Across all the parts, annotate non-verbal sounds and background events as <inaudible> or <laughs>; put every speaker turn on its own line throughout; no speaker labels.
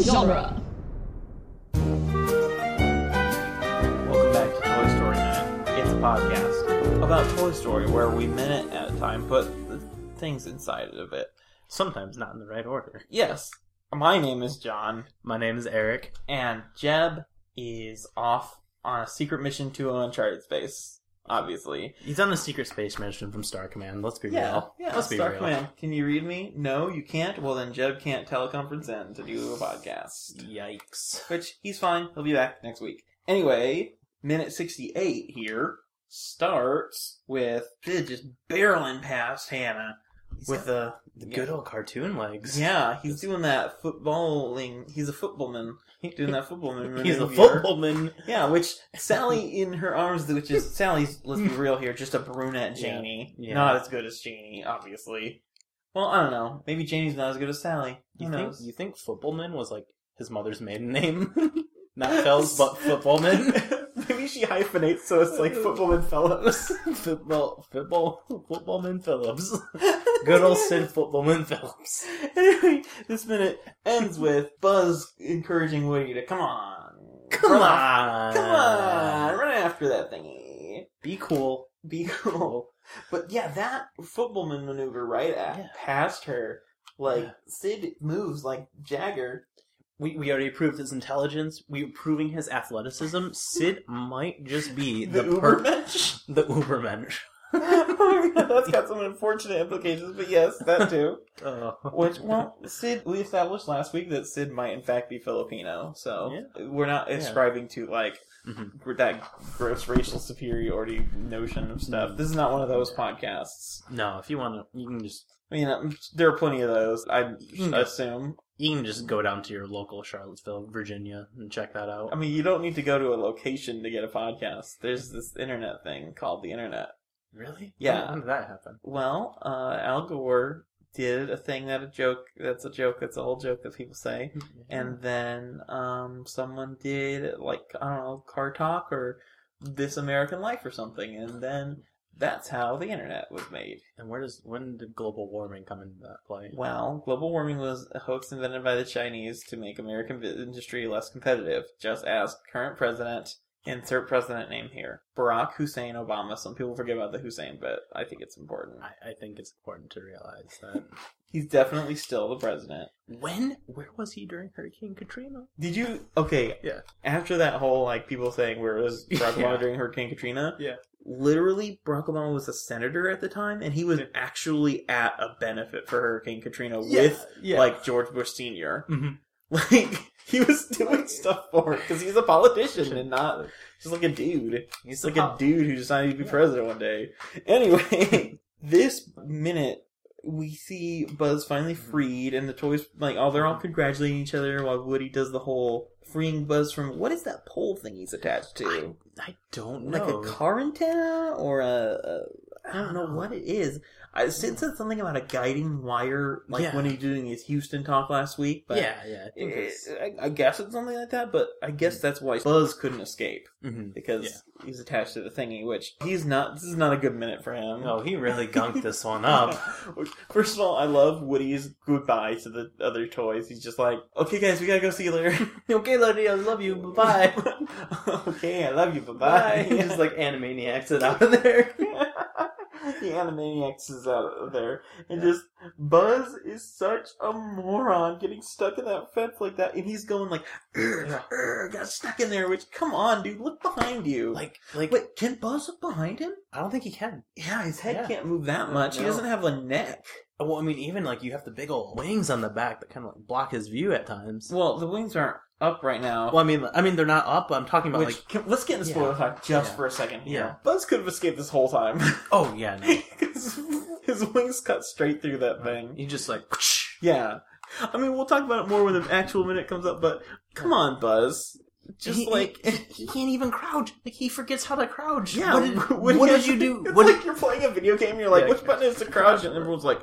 genre.
Welcome back to Toy Story Minute. It's a podcast about Toy Story where we minute at a time put the things inside of it.
Sometimes not in the right order.
Yes, my name is John,
My name is Eric.
and Jeb is off on a secret mission to uncharted space. Obviously,
He's on a secret space mission from Star Command. Let's be real.
yeah.
Let's be
Stark
real.
Man, can you read me? No, you can't. Well, then Jeb can't teleconference in to do a podcast.
Yikes.
Which he's fine. He'll be back next week. Anyway, minute 68 here starts with Sid just barreling past Hannah with the
the good old
<laughs>
cartoon legs.
yeah. He's doing that footballing. He's a footballman doing that <laughs> footballman.
He's a
maneuver.
footballman.
Yeah, which Sally in her arms, which is Sally's. <laughs> Let's be real here, just a brunette
Yeah.
Janie,
Yeah.
not as good as Janie, obviously. Well, I don't know. Maybe Janie's not as good as Sally. Who
You think,
knows?
you think footballman was like his mother's maiden name? <laughs> not <laughs> Fells, but <laughs> footballman.
<laughs> Maybe she <laughs> hyphenates so it's like footballman fellows.
<laughs> football, football, footballman <laughs> Phillips. Good old Sid footballman Phillips.
<laughs> Anyway, this minute ends with Buzz encouraging Woody to come on,
Come
run af-
on,
come on, run after that thingy.
Be cool.
Be cool. But yeah, that footballman maneuver right at,
Yeah.
past her, like
Yeah.
Sid moves like Jagger.
We, we already proved his intelligence. We are proving his athleticism. Sid might just be the,
The, Uber
per-
mensch.
the <laughs> Ubermensch.
<laughs> oh my god, that's got some unfortunate implications, but yes, that too.
Oh.
Which, well, Sid, we established last week that Sid might in fact be Filipino, so we're not ascribing to like
Mhm.
gr- that gross racial superiority notion of stuff. This is not one of those podcasts.
No, if you want to, you can just
I mean, um, there are plenty of those. I
Mm.
assume.
you can just go down to your local Charlottesville, Virginia, and check that out.
I mean, you don't need to go to a location to get a podcast. There's this internet thing called the internet.
really?
Yeah.
When did that <laughs> happen?
Well, uh, Al Gore did a thing that a joke that's a joke that's a whole joke that people say, and then um, someone did like I don't know Car Talk or This American Life or something, and then that's how the internet was made.
and where does when did global warming come into that play?
Well, global warming was a hoax invented by the Chinese to make American vi- industry less competitive. Just ask current president. Insert president name here. Barack Hussein Obama. Some people forget about the Hussein, but I think it's important.
I, I think it's important to realize that.
He's definitely still the president.
when? Where was he during Hurricane Katrina?
Did
<laughs>
you okay?
Yeah.
After that whole like people saying where was Barack
<laughs> Yeah.
Obama during Hurricane Katrina?
Yeah.
Literally, Barack Obama was a senator at the time, and he was
Yeah.
actually at a benefit for Hurricane Katrina
With
with
yeah.
like George Bush Senior.
Mhm.
<laughs> Like he was doing stuff for it because he's a politician and not just like a dude. It's
he's
like a dude who decided to be president one day. Anyway, <laughs> this minute we see Buzz finally
Mm-hmm.
freed, and the toys like all they're all congratulating each other while Woody does the whole freeing Buzz from what is that pole thing he's attached to?
I don't know.
Like a car antenna or a, a I don't know what it is. I Sid said something about a guiding wire, like
Yeah.
when he was doing his Houston talk last week. But
yeah, yeah. I think
it-
it's,
I, I guess it's something like that. But I guess
Hmm.
that's why Buzz couldn't escape
Mhm.
because he's attached to the thingy, which he's not. This is not a good minute for him.
No, Um. he really gunked this
<laughs>
one up.
First of all, I love Woody's goodbye to the other toys. He's just like, "Okay, guys, we gotta go see you later.
<laughs> okay, Lodi, I love you. Bye bye.
<laughs> okay, I love you. Bye
<laughs> Bye.
bye."
<laughs>
<laughs>
He just like animaniacs it out of there.
the Animaniacs is out of there, and just Buzz is such a moron, getting stuck in that fence like that, and he's going like, <clears throat> "Urgh, urgh," "Got stuck in there." Which, come on, dude, look behind you.
<laughs> Like, like
wait, can Buzz look behind him?
I don't think he can.
Yeah, his head
Yeah.
can't move that
No,
much. He
no.
doesn't have a neck.
Well, I mean, even like you have the big old wings on the back that kind of like block his view at times.
Well, the wings aren't up right now.
Well, I mean, I mean they're not up. But I'm talking about
which
like,
can, let's get into spoiler talk just
Yeah.
for a second here.
Yeah.
Buzz could have escaped this whole time
oh yeah, no.
<laughs> 'Cause his wings cut straight through that thing.
you just like, <laughs>
Yeah, I mean we'll talk about it more when the actual minute comes up. But come on, Buzz, just
He- he-
like
<laughs> he can't even crouch. Like he forgets how to crouch.
yeah,
what did,
<laughs> Woody
what did
has-
you do?
It's
What
like
did,
you're playing a video game. and You're like,
Yeah.
which button is the crouch? And everyone's like.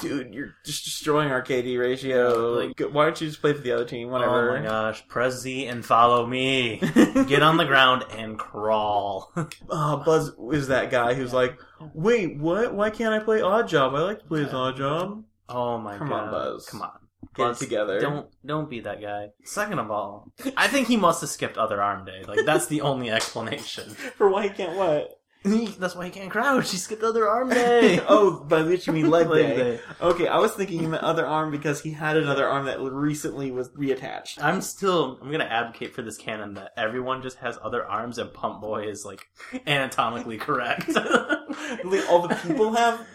Dude, you're just destroying our KD ratio.
Like-
Like, why don't you just play for the other team? Whatever.
<laughs> oh my gosh, press Z and follow <laughs> me. Get on the ground and crawl. <laughs>
uh, Buzz is that guy who's like, wait, what? Why can't I play Odd Job? I like to play as Odd Job.
Oh my
Come
god,
on, Buzz.
come on,
fun
It's-
together.
Don't don't be that guy. Second of all, I think he must have skipped other arm day. Like that's the only <laughs> explanation.
For why he can't what?
that's why he can't crouch. He skipped other <laughs> arm day.
<laughs> oh, by which you
<laughs>
mean leg
Leg
day. Okay, I was thinking he meant other arm because he had another arm that recently was reattached. <laughs>
I'm still I'm gonna advocate for this canon that everyone just has other arms and Pump Boy is like anatomically correct. <laughs>
All the people have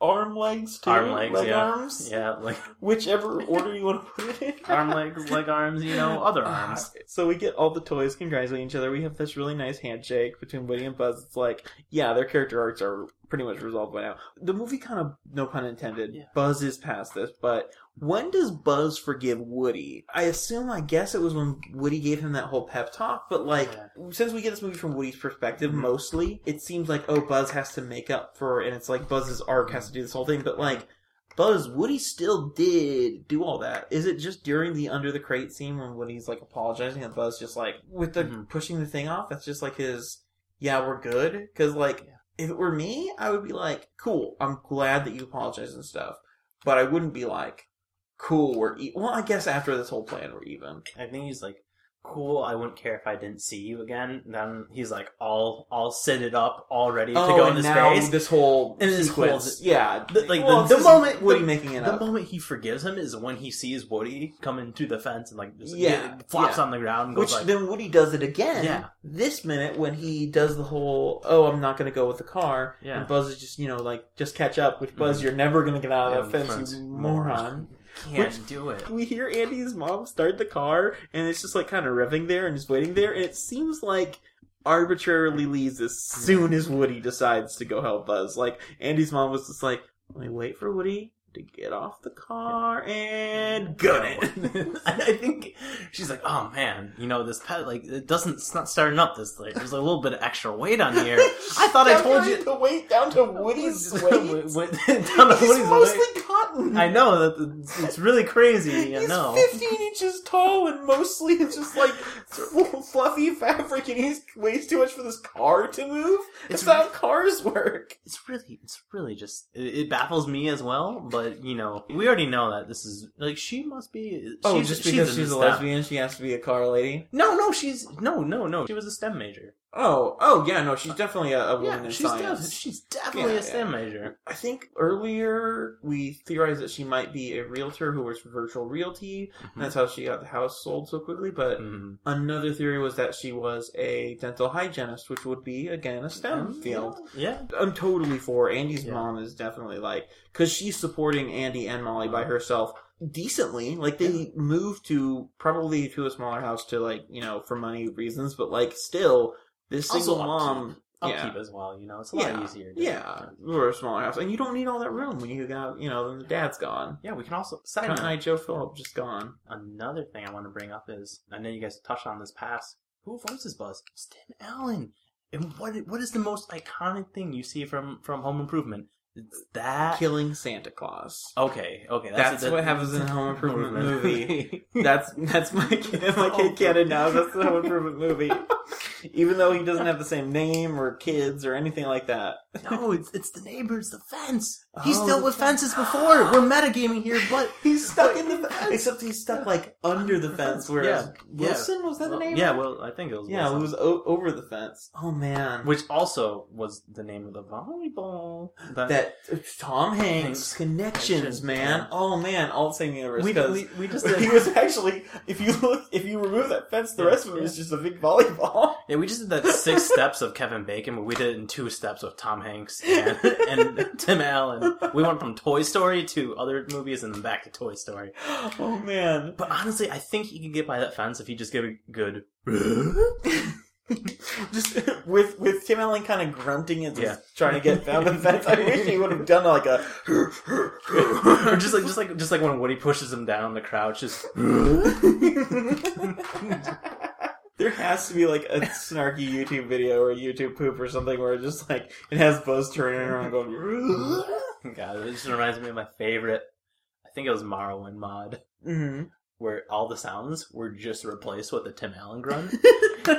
arm legs too.
Arm legs,
leg
yeah.
arms.
yeah, like
Whichever order you want to put it in.
arm legs, leg arms, you know, <sighs> other arms.
Ah, So we get all the toys congratulating each other. We have this really nice handshake between Woody and Buzz. It's like, yeah, their character arcs are pretty much resolved by now. The movie kind of, no pun intended,
Yeah.
buzzes past this, but when does Buzz forgive Woody? I assume, I guess it was when Woody gave him that whole pep talk, but like,
Yeah.
since we get this movie from Woody's perspective
Mhm.
mostly, it seems like, oh, Buzz has to make up for, and it's like Buzz's arc has to do this whole thing, but like, Buzz, Woody still did do all that. Is it just during the under the crate scene when Woody's like apologizing and Buzz just like with the
Mhm.
pushing the thing off? That's just like his, yeah, we're good. Because like if it were me, I would be like, cool, I'm glad that you apologize and stuff, but I wouldn't be like, cool, we're e-. well. I guess after this whole plan, we're even.
I think he's like, "Cool, I wouldn't care if I didn't see you again." Then he's like, "I'll, I'll set it up, all ready to go
Oh, and
into
now
space."
this whole
And this whole-
sequence, yeah,
the- like, the-
Well,
the
this is
moment-
Woody
the-
making it
The
up.
moment he forgives him is when he sees Woody come into the fence and like just
Yeah,
flops
yeah.
on the ground. And goes
Which
like,
then Woody does it again.
Yeah.
This minute when he does the whole, oh, I'm not going to go with the car,
Yeah. Mm-hmm.
and Buzz is just you know like just catch up. Which Buzz, you're never going to get out of
Yeah,
that fence,
friends,
you moron.
"Oh, Can't do
<laughs>
it.
We hear Andy's mom start the car, and it's just like kind of revving there and just waiting there, and it seems like arbitrarily leaves as soon
Mm-hmm.
as Woody decides to go help Buzz. Like Andy's mom was just like, let me wait for Woody to get off the car and gun it.
<laughs> And I think she's like, "Oh man, you know this pet like it doesn't. It's not starting up this late. There's a little bit of extra weight on
<laughs>
here. I thought I told you."
to wait down to <laughs>
<laughs> Wait, wait, down to Woody's weight.
cotton.
I know that it's really crazy. I know.
15 inches tall and mostly <laughs> it's just like full fluffy fabric and he weighs too much for this car to move.
It's
how cars work.
It's really, it's really just. It, it baffles me as well. But you know, we already know that this is like she must be.
Oh,
she's,
just because she's, a
STEM.
lesbian, she has to be a car lady.
No, no, she's no, no, no. She was a STEM major.
Oh, oh yeah, no, she's definitely a, a woman
Yeah,
Oh, in
she's
science.
def- she's definitely
Yeah,
a STEM major.
I think earlier we theorized that she might be a realtor who works for virtual realty. and That's how she got the house sold so quickly. But
Mhm.
Another theory was that she was a dental hygienist, which would be again a STEM field.
Mm-hmm. Yeah,
I'm totally for Andy's
Oh. Yeah.
mom is definitely like because she's supporting Andy and Molly
Uh-huh.
by herself decently. Like they moved to probably to a smaller house to like you know for money reasons, but like still this
Also
single
upkeep.
mom. Yeah.
upkeep as well. You know, it's a lot
Yeah.
easier. to-
Yeah, we're a smaller house, and you don't need all that room when you got you know then the dad's gone.
yeah. We can also side
Kind of
note.
like Joe Phillip just gone.
Another thing I want to bring up is I know you guys touched on this past. Who voices Buzz? It's Tim Allen. And what what is the most iconic thing you see from from Home Improvement? It's that.
Killing Santa Claus.
okay, okay,
That's,
that-
what happens in a Home
<laughs>
Improvement movie. <laughs>
that
That's that's my kid,
Oh,
my kid canon now. That's the Home Improvement movie, even though he doesn't have the same name or kids or anything like that.
no, it's it's the neighbors, the fence. He's
Oh,
dealt
the
with
fence.
fences before. We're metagaming here,
<laughs>
but
He's stuck in the fence, except he's stuck like under the fence. Whereas
Yeah.
Wilson was that the name?
yeah, well, I think it was
yeah, it
Wilson.
was o- over the fence. Oh man,
which also was the name of the volleyball
that Tom Hanks
Hanks.
connections, man.
Yeah.
Oh man, all the same universe.
we,
'cause
we we <laughs>
<laughs>
just
he
did,
was actually, if you look, if you remove that fence, the
Yeah,
rest of it is just a big volleyball. <laughs>
yeah, we just did that six steps of Kevin Bacon, but we did it in two steps with Tom Hanks and, and <laughs> Tim Allen. We went from Toy Story to other movies and then back to Toy Story.
Oh man.
But honestly, I think he could get by that fence if he just give a good. <laughs>
just <laughs> with with Tim Allen kind of grunting and just
Yeah.
trying to get down the fence. I wish he would have done like a <laughs>
or just like just like just like when Woody pushes him down the crouch, <laughs> just
There has to be like a snarky YouTube video or YouTube poop or something where it's just like it has Buzz turning around going. <laughs>
God, it just reminds me of my favorite. I think it was Morrowind mod
hmm
where all the sounds were just replaced with a Tim <laughs> Allen grunt.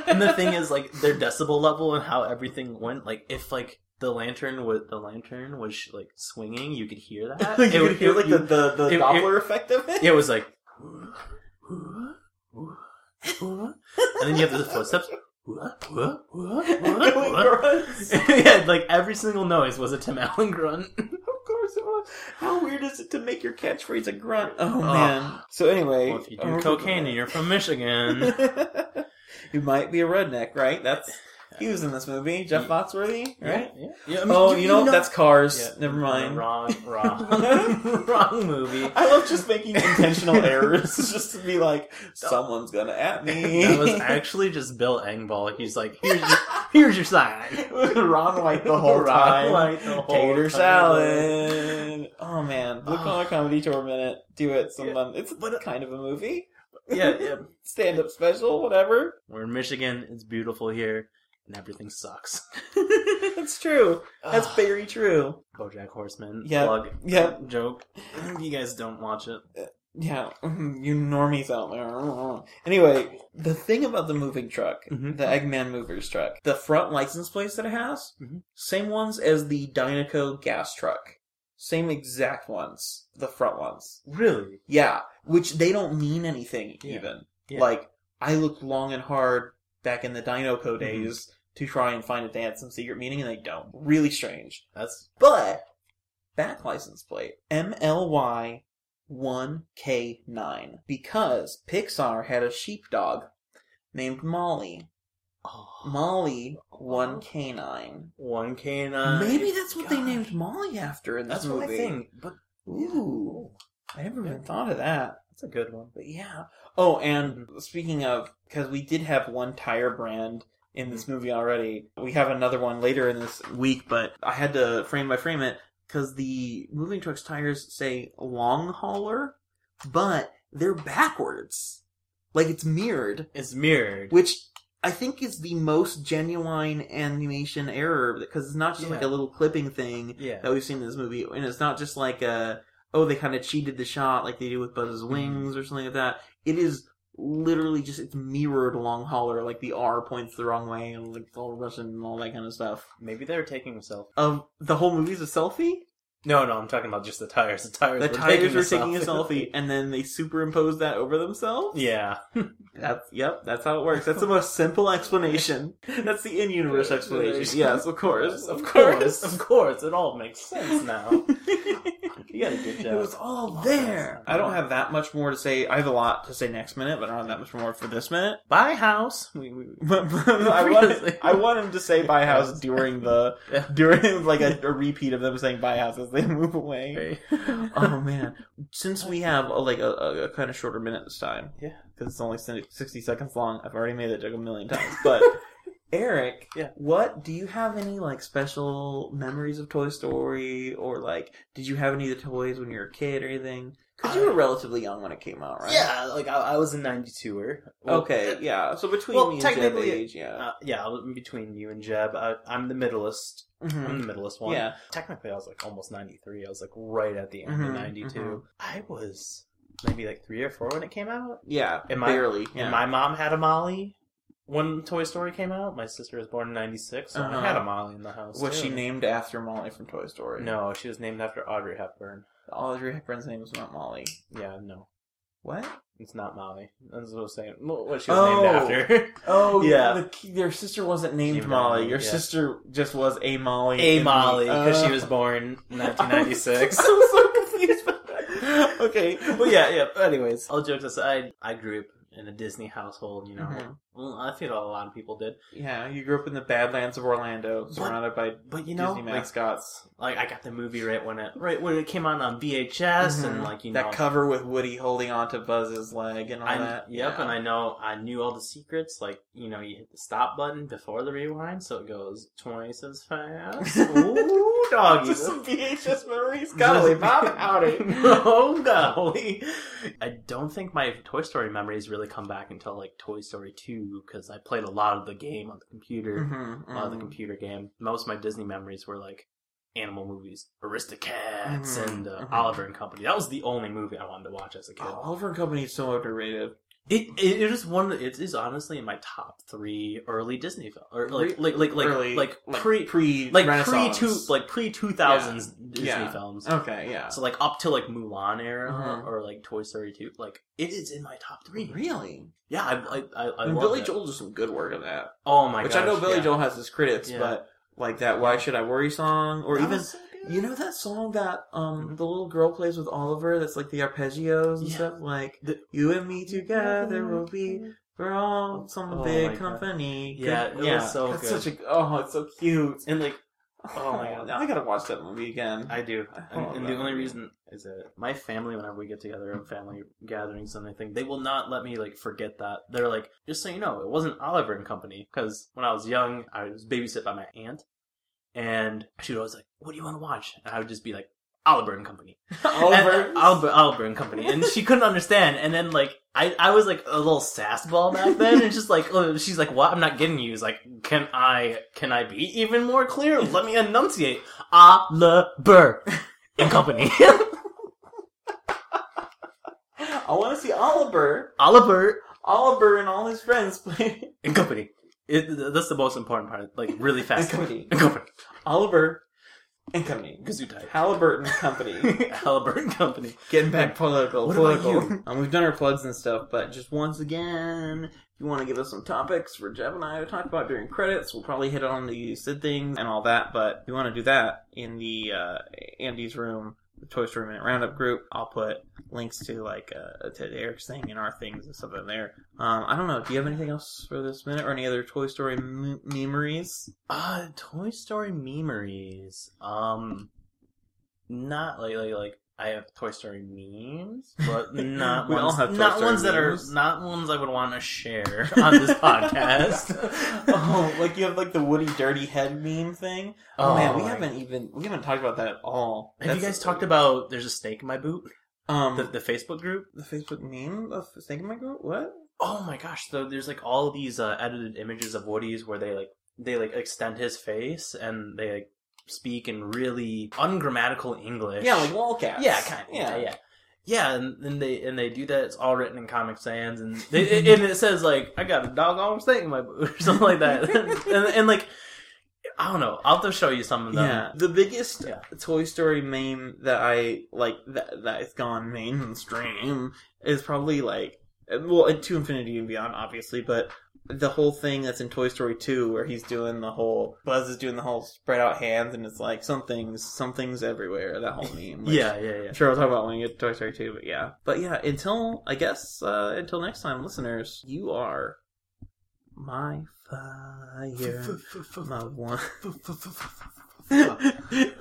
and the thing is, like their decibel level and how everything went. Like if like the lantern was the lantern was sh- like swinging. <laughs> You could hear that.
you
It-
could hear
it-
like the the, the
it-
Doppler effect of it.
<laughs> it was like, and then you have the footsteps. <laughs>
<laughs> It was.
yeah, like every single noise was a Tim Allen grunt.
Of course it was. How weird is it to make your catchphrase a grunt? Oh,
Oh.
man. So anyway,
Well, if you do
over-
cocaine and you're from <laughs> Michigan,
<laughs> you might be a redneck, right? That's he was in this movie, Jeff Foxworthy, right?
Yeah, yeah. I mean,
Oh, you know what? <laughs> that's Cars.
Yeah.
Never mind.
<laughs> Wrong, wrong, <laughs> wrong
<laughs>
movie.
I love just
<laughs>
making intentional errors just to be like, someone's gonna at me.
<laughs> That was
<laughs>
actually just Bill Engvall. He's like, here's your, here's your sign.
<laughs> Ron White
<laughs>
the whole
Ron
time.
White the whole
Tater
time.
salad. Oh man, look
Oh.
on a comedy tour minute. Do it, someone. It's
But-
kind of a movie.
Yeah, yeah.
Stand up special,
<laughs>
whatever.
We're in Michigan. It's beautiful here, and everything sucks.
That's true. That's
Ugh.
very true.
BoJack Horseman
Yeah,
plug
yeah.
joke. <clears throat> You guys don't watch it.
Yeah, mm-hmm, you normies out there. Anyway, the thing about the moving truck,
Mhm.
the Eggman movers truck, the front license plates that it has,
Mhm.
same ones as the Dynaco gas truck. Same exact ones, the front ones.
Really?
Yeah, which they don't mean anything
Yeah.
even.
Yeah.
Like I looked long and hard back in the
Mm-hmm.
Dinoco days to try and find if they had some secret meaning, and they don't. Really strange.
That's
But back license plate MLY one K nine because Pixar had a sheepdog named Molly.
oh,
Molly one K nine.
one canine.
Maybe that's what they
Uh, Gosh.
named Molly after in this
That's
movie.
what I think. But
Ooh, I never even thought of that.
that's a good one.
But yeah. Oh, and speaking of, because we did have one tire brand in this movie already, we have another one later in this week, but I had to frame by frame it because the moving trucks tires say long hauler, but they're backwards. Like it's mirrored,
It's mirrored.
which I think is the most genuine animation error because it's not just like a
Yeah.
little clipping thing
yeah.
that we've seen in this movie, and it's not just like a oh they kind of cheated the shot like they do with Buzz's wings or something like that. It is literally just it's mirrored long hauler like the R points the wrong way and like it's all Russian and all that kind of stuff.
Maybe they were taking a selfie.
Um, the whole movie's a selfie.
No, no, I'm talking about just the tires. The tires.
The
were
tigers
taking
were taking a selfie, and then they superimpose that over themselves.
<laughs> yeah.
that's yep. That's how it works. That's the most simple <laughs> explanation. That's the in-universe explanation. Yes, of course, of course,
of course. It all makes sense
<laughs>
now. you got a good job.
It was all there. I don't have that much more to say. I have a lot to say next minute, but I don't have that much more for this minute. <laughs>
Buy house. We, we,
But, but I want I want him to say buy house during <laughs> the
Yeah.
during like a, a repeat of them saying buy house as they move away.
Hey.
Oh man! Since we have a, like a, a, a kind of shorter minute this time,
Yeah.
because it's only sixty seconds long. I've already made that joke a million
<laughs>
times, but. Eric,
Yeah.
what do you have any like special memories of Toy Story or like did you have any of the toys when you were a kid or anything? Because you were relatively young when it came out, right?
Uh, Yeah, like I, I was a 92er. Well,
Okay, yeah. So between
well,
me and Jeb
technically,
age, yeah.
Uh, yeah, I was in between you and Jeb. I, I'm the middleest.
Mhm.
I'm the middleest one.
Yeah.
Technically, I was like almost 93. I was like right at the end
Mhm,
of 92.
mhm.
I was maybe like three or four when it came out.
Yeah.
And my-
barely. Yeah.
And my mom had a Molly when Toy Story came out. My sister was born in 96, so
Uh-huh.
I had a Molly in the house.
was
too.
she named after Molly from Toy Story?
No, she was named after Audrey Hepburn.
Audrey Hepburn's name is not Molly.
Yeah, no.
What?
It's not Molly. That's what I was saying. Well, What she was
Oh.
named after. <laughs>
Oh
Yeah.
The, ki- your sister wasn't named
Named
Molly.
Molly,
Your
yeah.
sister just was a Molly. in
A
the-
Molly,
<laughs>
because
Oh.
she was born in
I'm <laughs>
1996.
so confused. about
<laughs>
that. okay.
well, yeah, yeah. but Anyways, all jokes aside, I grew up in a Disney household. You know,
Mhm.
well, I think a lot of people did.
Yeah, you grew up in the Badlands of Orlando, surrounded by
But you know,
Disney
like,
mascots.
like I got the movie right when it right when it came out on VHS,
Mhm.
and like you
that
know,
cover with Woody holding onto Buzz's leg and all
I
that.
yep,
yeah.
and
<laughs>
I know I knew all the secrets. Like you know, you hit the stop button before the rewind, so it goes twice as
<laughs>
fast. Ooh, doggy.
Just some
<laughs>
VHS memories. Golly,
Just-
Bob,
<laughs>
howdy. Mm-hmm,
oh, golly. I don't think my Toy Story memories really come back until like Toy Story 2 because I played a lot of the game on the computer,
Mhm,
a lot of the
mhm.
computer game. Most of my Disney memories were like animal movies, Aristocats,
Mhm,
and uh,
mhm.
Oliver and Company. That was the only movie I wanted to watch as a kid.
Oh, Oliver and Company is so underrated.
It, it it is one. It is honestly in my top three early Disney films, or like like like like
Early,
like pre
pre
like pre
Renaissance.
two like pre two thousands Disney
Yeah.
films.
okay yeah
So like up to like Mulan era
Mhm.
or like Toy Story two. Like it is in my top three.
really
Yeah, I I I, I
I mean,
love
Billy
it.
Joel does some good work on that
Oh my
which
gosh!
I know Billy
yeah.
Joel has his critics
Yeah.
but like that why should I worry song or
That
even
was so good.
you know that song that um the little girl plays with Oliver that's like the arpeggios and
Yeah.
stuff like
The-
you and me together will be we're all some
Oh my
big
God.
company
Yeah, it was so
that's
good.
such a oh it's so
<laughs>
cute
and like
Oh my god, now I gotta watch that movie again. <laughs>
I do,
I
and,
love
and
that
the only
movie.
reason is that my family, whenever we get together in family gatherings and anything, they will not let me like forget that. They're like, just so you know, it wasn't Oliver and Company because when I was young, I was babysit by my aunt, and she was always like, "What do you want to watch?" And I would just be like, "Oliver and Company."
Oliver.
And, Oliver, Oliver and Company. And she couldn't understand. And then, like, I, I was like a little sassball back then. And just like, oh, she's like, what? I'm not getting you. It's like, can I, can I be even more clear? Let me enunciate. Oliver and Company. <laughs>
I want to see Oliver,
Oliver
Oliver, and all his friends play
and Company. It, that's the most important part. Like, really
and
fast.
company.
And Company.
Oliver and company.
Kazoo type.
Halliburton Company.
<laughs> Oliver and Company.
<laughs> Getting back political,
What about
political. Um, we've done our plugs and stuff, but just once again, if you want to give us some topics for Jeff and I to talk about during credits, we'll probably hit on the Sid thing and all that. But if you want to do that in the uh, Andy's room, the Toy Story Minute Roundup group, I'll put links to like uh, to Eric's thing and our things and stuff in there. Um, I don't know. Do you have anything else for this minute or any other Toy Story m- memories?
Uh, Toy Story memories. Um, not like like like I have Toy Story memes,
<laughs>
but not
We all
ones,
have Toy
not
Story
ones that are
memes.
not ones I would want to share <laughs> on
<laughs>
this podcast.
oh, like you have like the Woody Dirty Head meme thing. Oh, man, we
my-
haven't even we haven't talked about that at all.
Have you
That's-
guys talked about "There's a Snake in My Boot"?
um
The,
the,
the Facebook group.
Facebook meme of Snake in My Group? What?
Oh my gosh! Though there's like all these uh, edited images of Woody's where they like they like extend his face and they like speak in really ungrammatical English.
Yeah, like Wallcats.
Yeah, kind of. Yeah, yeah. Yeah, and, and they and they do that. It's all written in Comic Sans, and they, and it says like, "I got a doggone snake in my boot" <laughs> or something like that. and, and like, I don't know. I'll have to show you some of them.
Yeah, Um, the biggest
Yeah.
Toy Story meme that I like that that has gone mainstream is probably like well to infinity and beyond, obviously, but the whole thing that's in Toy Story two where he's doing the whole Buzz is doing the whole spread out hands and it's like something's something's everywhere. That whole meme, which
yeah, yeah, yeah.
I'm sure we'll talk about when we get to Toy Story 2, but yeah. But yeah, until, I guess, uh, until next time, listeners, you are my fire. my one. <laughs>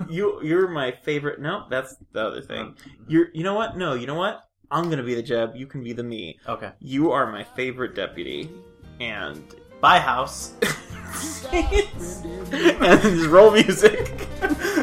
you, you're my favorite. No, that's the other thing. You're, you know what? No, you know what? I'm gonna be the Jeb, you can be the me.
Okay.
You are my favorite deputy. And, <laughs>
Bye, house.
and just roll music. <laughs>